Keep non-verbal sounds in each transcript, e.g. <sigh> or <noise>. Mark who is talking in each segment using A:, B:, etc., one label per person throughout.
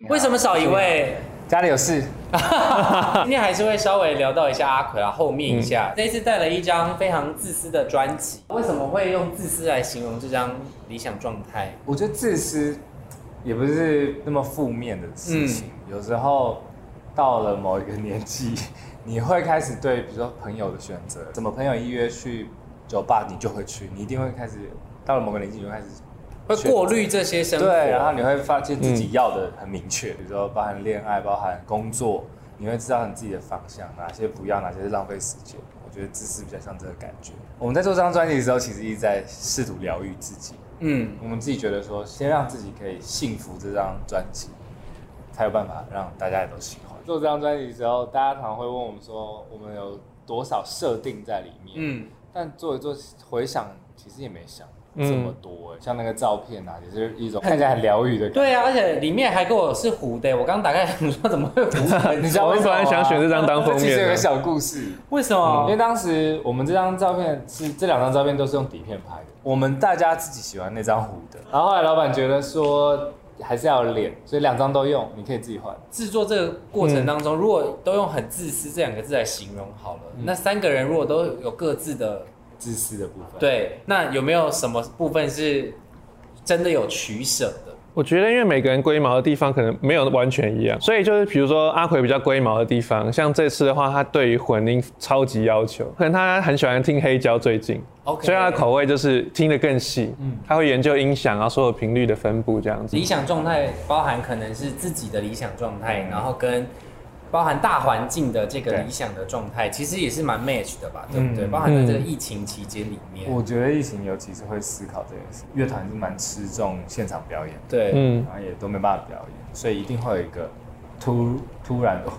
A: <laughs> 为什么少一位？
B: 家里有事，
A: 今天还是会稍微聊到一下阿奎啊，后面一下。这一次带了一张非常自私的专辑，为什么会用自私来形容这张理想状态？
B: 我觉得自私也不是那么负面的事情。有时候到了某一个年纪，你会开始对，比如说朋友的选择，怎么朋友一约去酒吧，你就会去，你一定会开始到了某个年纪，你就开始
A: 会过滤这些生活，
B: 对，啊然后你会发现自己要的很明确，比如说包含恋爱，包含工作，你会知道你自己的方向，哪些不要，哪些是浪费时间。我觉得自私比较像这个感觉。我们在做这张专辑的时候，其实一直在试图疗愈自己。
A: 嗯，
B: 我们自己觉得说，先让自己可以幸福这张专辑，才有办法让大家也都喜欢。做这张专辑之后，大家常常会问我们说，我们有多少设定在里面？
A: 嗯，
B: 但做一做回想，其实也没想这么多、欸像那个照片啊，也是一种看起来很疗愈的感觉。
A: 对啊，而且里面还跟我是糊的，欸我刚打开想说怎么会
B: <laughs>
A: 糊？
B: 你知道为什
C: 我
B: 么吗
C: 本来想选这张 <laughs> 当封面的
B: <laughs> 这其实有个小故事，
A: 为什
B: 因为
A: 么？
B: 当时我们这张照片是这两张照片都是用底片拍的，我们大家自己喜欢那张糊的，然后后来老板觉得说还是要有脸，所以两张都用，你可以自己换。
A: 制作这个过程当中，如果都用很自私这两个字来形容好了，那三个人如果都有各自的
B: 自私的部分，，
A: 对，那有没有什么部分是真的有取舍的？
C: 我觉得，因为每个人龟毛的地方可能没有完全一样，所以就是比如说阿奎比较龟毛的地方，像这次的话，他对于混音超级要求，可能他很喜欢听黑胶，最近
A: OK
C: 所以他的口味就是听得更细，他会研究音响啊，所有频率的分布这样子
A: 理。想状态包含可能是自己的理想状态，然后跟包含大环境的这个
B: 对
A: 理想的状态，其实也是蛮 match 的吧，对不对？包含在这个疫情期间里面，
B: 我觉得疫情尤其是会思考这件事，乐团是蛮吃重现场表演的，
A: 对，
C: 嗯，
B: 然后也都没办法表演，所以一定会有一个突突然、哦、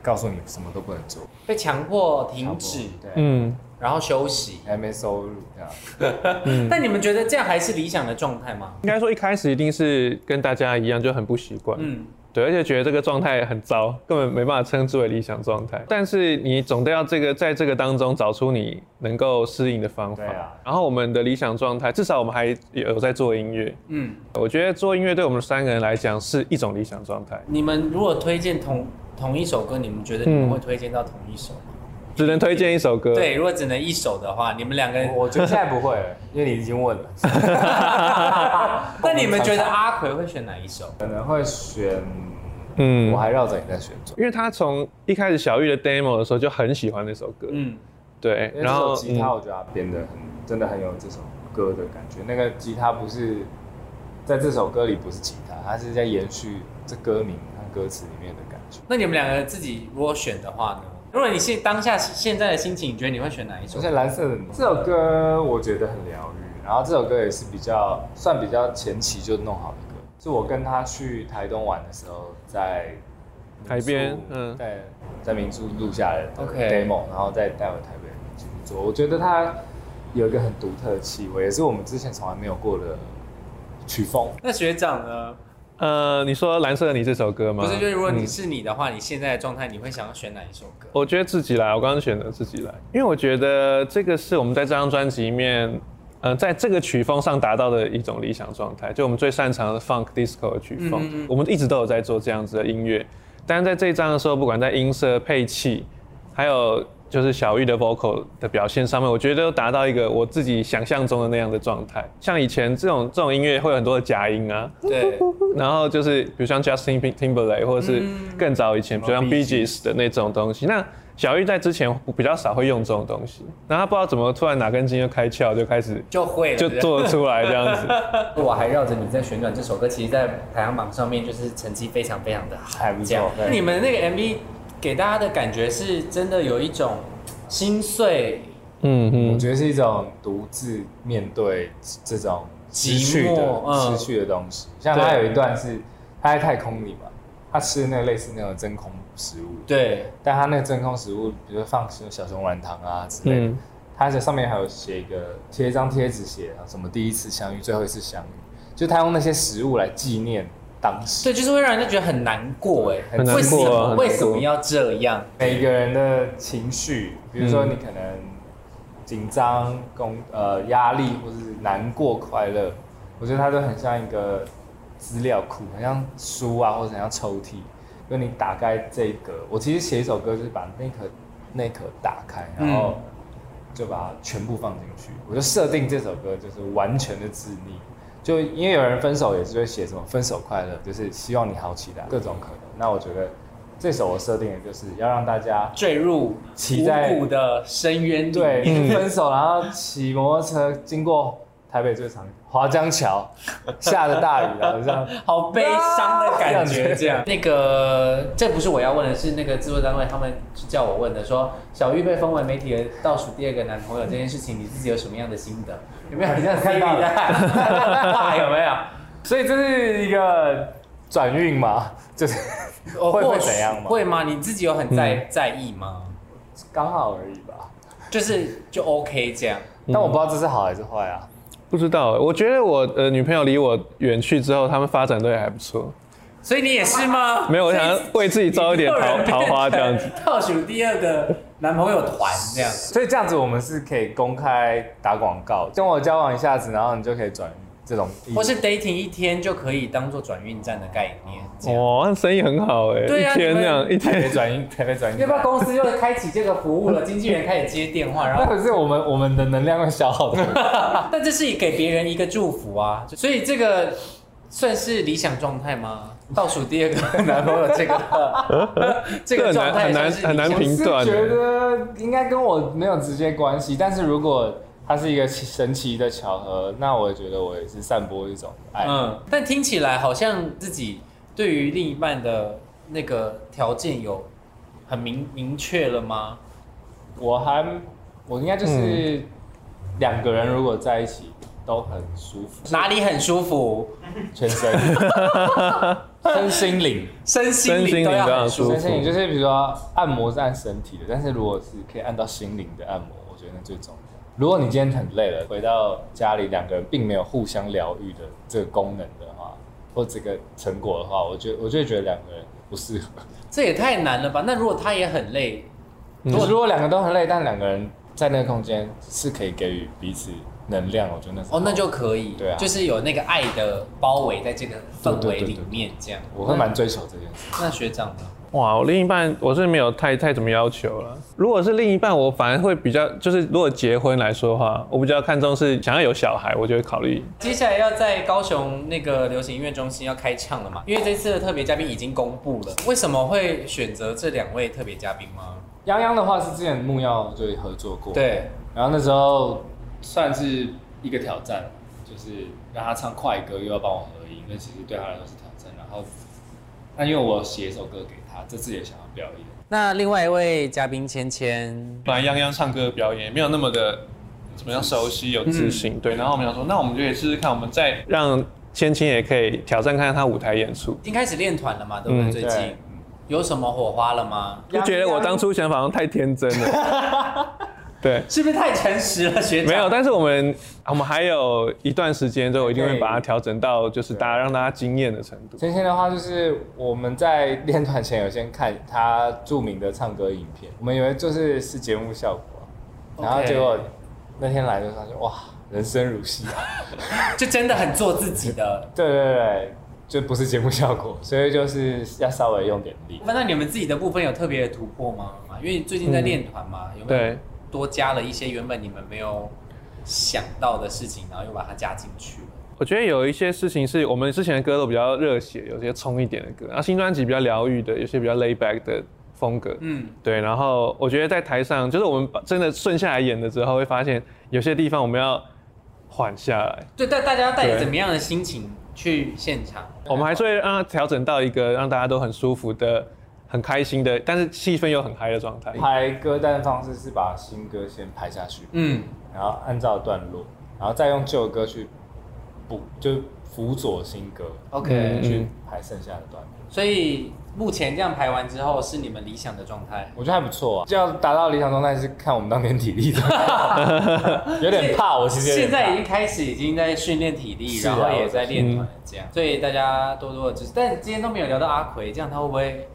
B: 告诉你什么都不能做，
A: 被强迫停止，
B: 对，
C: 嗯，
A: 然后休息。
B: 还没收入这样。
A: 但你们觉得这样还是理想的状态吗？
C: 应该说一开始一定是跟大家一样就很不习惯，
A: 嗯，
C: 对，而且觉得这个状态很糟，根本没办法称之为理想状态。但是你总得要这个在这个当中找出你能够适应的方法。
B: 对啊
C: 然后我们的理想状态，至少我们还有在做音乐。
A: 嗯，
C: 我觉得做音乐对我们三个人来讲是一种理想状态，
A: 你们如果推荐同同一首歌，你们觉得你们会推荐到同一首吗？
C: 只能推荐一首歌。，
A: 对，如果只能一首的话，你们两个人
B: 我觉得现在不会了，因为你已经问了，
A: 那你们觉得阿奎会选哪一首？
B: 可能会选，
C: 嗯
B: 我还绕着你在旋转，
C: 因为他从一开始小玉的 demo 的时候就很喜欢那首歌，
A: 嗯，
C: 对，
B: 因为这
C: 然后
B: 首吉他我觉得它编的很，真的很有这首歌的感觉。那个吉他不是在这首歌里不是吉他，它是在延续这歌名和歌词里面的感觉。
A: 那你们两个自己如果选的话呢？如果你现当下现在的心情，你觉得你会选哪一首
B: 首？先，蓝色的你这首歌我觉得很疗愈，然后这首歌也是比较算比较前期就弄好的歌，是我跟他去台东玩的时候在民宿
C: 海边嗯
B: 在在民宿录下来的
A: OK
B: demo，然后再带回台北继续做。我觉得它有一个很独特的气味，也是我们之前从来没有过的曲风。
A: 那学长呢？
C: 呃，你说《蓝色的你》这首歌吗？
A: 不是，就是如果你
C: 嗯
A: 是你的话，你现在的状态，你会想要选哪一首歌？
C: 我觉得自己来，我刚刚选择自己来，因为我觉得这个是我们在这张专辑里面，呃，在这个曲风上达到的一种理想状态，就我们最擅长的 funk disco 的曲风，
A: 嗯嗯嗯
C: 我们一直都有在做这样子的音乐，但是在这一张的时候，不管在音色配器，还有就是小玉的 vocal 的表现上面，我觉得都达到一个我自己想象中的那样的状态。像以前这种这种音乐会有很多的假音啊，
B: 嗯
A: 对，
C: 然后就是比如像 Justin Tim- Timberlake，或者是
A: 嗯
C: 更早以前，比如像 Bee Gees 的那种东西。那小玉在之前比较少会用这种东西，然后他不知道怎么突然哪根筋就开窍，就开始
A: 就会了。
C: 就
A: 对不对
C: 做出来这样子。
A: <laughs> 我还绕着你在旋转这首歌，其实，在排行榜上面就是成绩非常非常的好，
B: 还不错
A: 这样
B: 对
A: 你们那个 MV 给大家的感觉是真的有一种心碎、
C: 嗯
B: 我
C: 嗯，
B: 觉得是一种独自面对这种失去
A: 寂
B: 的
A: 寞、嗯
B: 失去的东西。像
A: 对
B: 他有一段是他在太空里嘛，他吃那个类似那种真空食物，
A: 对，
B: 但他那个真空食物，比如说放小熊软糖啊之类的
C: 嗯，
B: 他在上面还有写一个贴一张贴纸写啊什么第一次相遇，最后一次相遇，就他用那些食物来纪念当时。
A: 对，就是会让人家觉得很难过哎，
B: 很难过
A: 为
B: 啊
A: 什
C: 很难
A: 么
C: 过
A: 为什么要这样？
B: 每个人的情绪，比如说你可能紧张、工呃压力，或是难过、快乐，我觉得它都很像一个资料库，很像书啊，或者很像抽屉。就你打开这个，我其实写一首歌就是把那颗那颗打开，然后就把它全部放进去。我就设定这首歌就是完全的自溺，就因为有人分手也是会写什么分手快乐，就是希望你好起来，各种可能。那我觉得这首我设定的就是要让大家
A: 坠入
B: 期待
A: 无谷的深渊里。
B: 对，
C: 嗯
B: 分手，然后骑摩托车经过台北最长华江桥，下着大雨，然后这样，
A: 好悲伤的感觉，
B: 啊
A: 这样。那个，这不是我要问的，是那个制作单位他们是叫我问的，说小玉被封为媒体的倒数第二个男朋友这件事情，你自己有什么样的心 <laughs> 得？有没有很像 Siri
B: 看到了
A: 的
B: <laughs>
A: 话？有没有？
B: 所以这是一个转运嘛，就是
A: 哦
B: 会
A: 或
B: 会
A: 许
B: 怎样
A: <laughs>
B: 嘛，
A: 会吗？嗯你自己有很在在意吗？
B: 刚好而已吧。
A: 就是就 OK 这样。
B: 但我不知道这是好还是坏啊。
C: 不知道，我觉得我呃女朋友离我远去之后，他们发展都也还不错。
A: 所以你也是
C: <laughs>
A: 吗？
C: 没有，我想要为自己招一点桃桃花这样子。。
A: 倒数第二个男朋友团这样子。
B: 所以这样子我们是可以公开打广告，跟我交往一下子，然后你就可以转运这种意思。
A: 或是 dating 一天就可以当做转运站的概念，这样。
C: 哇，哦那生意很好哎、
A: 对啊
C: 一天这样一
B: 台北
C: 天。
B: 转 <laughs> 运，台北转运。
A: 要不要公司又开启这个服务了？经纪人开始接电话，然
B: 那
A: 后， <laughs>
B: 可是我们我们的能量会消耗的。
A: 但这是给别人一个祝福啊，所以这个算是理想状态吗？倒数第二个男朋友这个 <laughs> 这个
C: 很
A: 状
C: 难
A: 态
C: 很
A: 算
C: 难
A: 是
C: 很难
A: 理想
C: 评断
B: 是觉
C: 的，
B: 得应该跟我没有直接关系，但是如果它是一个神奇的巧合，那我也觉得我也是散播一种爱。
A: 嗯，但听起来好像自己对于另一半的那个条件有很明明确了吗？
B: 我还我应该就是两个人如果在一起都很舒服，
A: 哪里很舒服，
B: 全身身心灵，
A: 身心
C: 身心
A: 灵都
C: 灵
A: 要
C: 都
A: 很
C: 要
A: 舒
C: 舒服
B: 身心灵就是比如说按摩是按身体的，但是如果是可以按到心灵的按摩，我觉得那最重要。如果你今天很累了，回到家里两个人并没有互相疗愈的这个功能的话，或这个成果的话，我觉我就会觉得两个人不适合。
A: 这也太难了吧？那如果他也很累，
B: 如果如果两个都很累，但两个人在那个空间是可以给予彼此能量，我觉得那是
A: 哦，那
B: 好
A: 就可以，
B: 对啊
A: 就是有那个爱的包围在这个氛围里面，这样。
B: 我会蛮追求这件事。
A: 那。那学长呢？
C: 哇！我另一半我是没有太太怎么要求了。如果是另一半，我反而会比较，就是如果结婚来说的话，我比较看重是想要有小孩，我就会考虑
A: 接下来要在高雄那个流行音乐中心要开唱了嘛？因为这次的特别嘉宾已经公布了，为什么会选择这两位特别嘉宾吗？
B: 泱泱的话是之前木曜就合作过，
A: 对，
B: 然后那时候算是一个挑战，就是让他唱快歌，又要帮我合音，那其实对他来说是挑战。然后，那因为我写一首歌给他，这次也想要表演，
A: 那另外一位嘉宾芊芊，
C: 本来泱泱唱歌表演也没有那么的怎么样熟悉有自信，对。然后我们想说，那我们就可以试试看，我们再让千青也可以挑战看看她舞台演出。
A: 已经开始练团了嘛？对不对？
C: 嗯
A: 最
B: 对
A: 近有什么火花了吗？
C: 就觉得我当初想法好像太天真了，对。
A: 是不是太诚实了，学长？
C: 没有，但是我们我们还有一段时间，就我一定会把它调整到就是大家让大家惊艳的程度。
B: 芊芊的话，就是我们在练团前有先看她著名的唱歌影片，我们以为就是是节目效果，然后
A: OK
B: 结果那天来的时候她就哇，人生如戏啊！
A: 就真的很做自己的。
B: 对对对，就不是节目效果， <laughs> 所以就是要稍微用点力。
A: 那你们自己的部分有特别的突破吗？因为最近在练团嘛，
B: 嗯
A: 有没有
C: 对
A: 多加了一些原本你们没有想到的事情，然后又把它加进去了？
C: 我觉得有一些事情是我们之前的歌都比较热血，有些冲一点的歌，然后新专辑比较疗愈的，有些比较 lay back 的风格。
A: 嗯，
C: 对，然后我觉得在台上，就是我们把真的顺下来演了之后，会发现有些地方我们要缓下来，
A: 对，但大家要带着
C: 对
A: 怎么样的心情去现场？
C: 我们还是会让它调整到一个让大家都很舒服的、很开心的，但是气氛又很嗨的状态。
B: 排歌单的方式是把新歌先排下去，
A: 嗯，
B: 然后按照段落，然后再用旧歌去补，就辅佐新歌
A: OK
B: 去排剩下的段落。
A: 所以目前这样排完之后，是你们理想的状态。
B: 我觉得还不错啊，要达到理想状态是看我们当年体力的，
A: <laughs>
B: 有点怕我其实有点
A: 现
B: 怕
A: 在已经开始已经在训练体力，
B: 是
A: 然
B: 啊
A: 后也在练团这
B: 嗯
A: 样，所以大家多多的支持。但今天都没有聊到阿奎，这样他会不会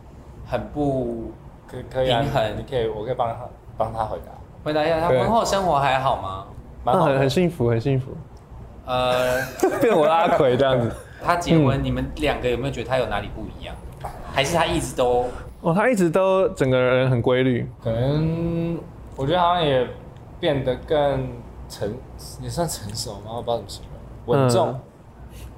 A: 很不
B: 可可以啊，
A: 平衡
B: 你可以，我可以帮他帮他回答，
A: 回答一下他
C: 对
A: 婚后生活还好吗？
B: 蛮
C: 那
A: 哦
B: 好
C: 嗯很
B: 的
C: 很。幸福，很幸福， <laughs>
A: 呃，
C: 变我的阿奎这样子。
A: 他结
C: 嗯
A: 婚，你们两个有没有觉得他有哪里不一样？还是他一直都
C: 哦，他一直都整个人很规律，
B: 可能我觉得好像也变得更成，也算成熟吗？我不知道怎么形容，稳重。
C: 嗯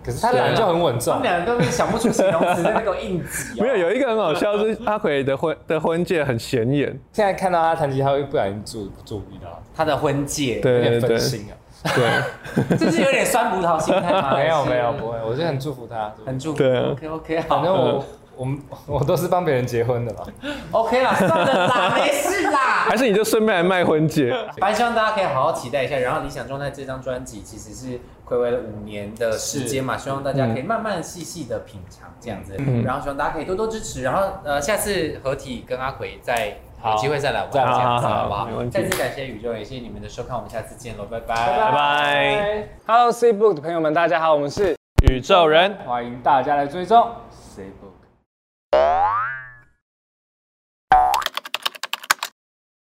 B: 可是他俩就很稳
A: 他
B: 重
A: 们，两个都是想不出形容词的那种硬挤、
C: <laughs>
A: 哦。
C: 没有有一个很好笑，是阿奎的婚的婚戒很显眼，
B: 现在看到他弹吉他会不小心注注意到，
A: 他的婚戒，
B: 有
C: 对对
B: 点
C: 对
B: 分心啊。
C: 对，
A: 这是有点酸葡萄心态 <laughs> 吗？
B: 没有没有
A: 还是
B: 不会，我是很祝福他。
A: 很祝福。
C: 对啊
A: OK OK
B: 反正
A: 好
B: 我我们我都是帮别人结婚的嘛。
A: ，OK 啦，算了啦，没事啦。
C: 还是你就顺便来卖婚戒？
A: 反正希望大家可以好好期待一下，然后《理想状态》这张专辑其实是暌违了五年的时间嘛，希望大家可以慢慢细细的品尝这样子，
C: 嗯
A: 然后希望大家可以多多支持，然后呃下次合体跟阿奎再有
B: 好
A: 机会再来玩这
B: 再来
A: 样子
C: 好好好
A: 好不
C: 没
A: 好？
C: 问题
A: 再次感谢宇宙，也谢谢你们的收看，我们下次见喽，拜拜，
C: 拜拜。
B: Hello C Book 的朋友们，大家好，我们是
C: 宇宙人。
B: 欢迎大家来追踪 C Book。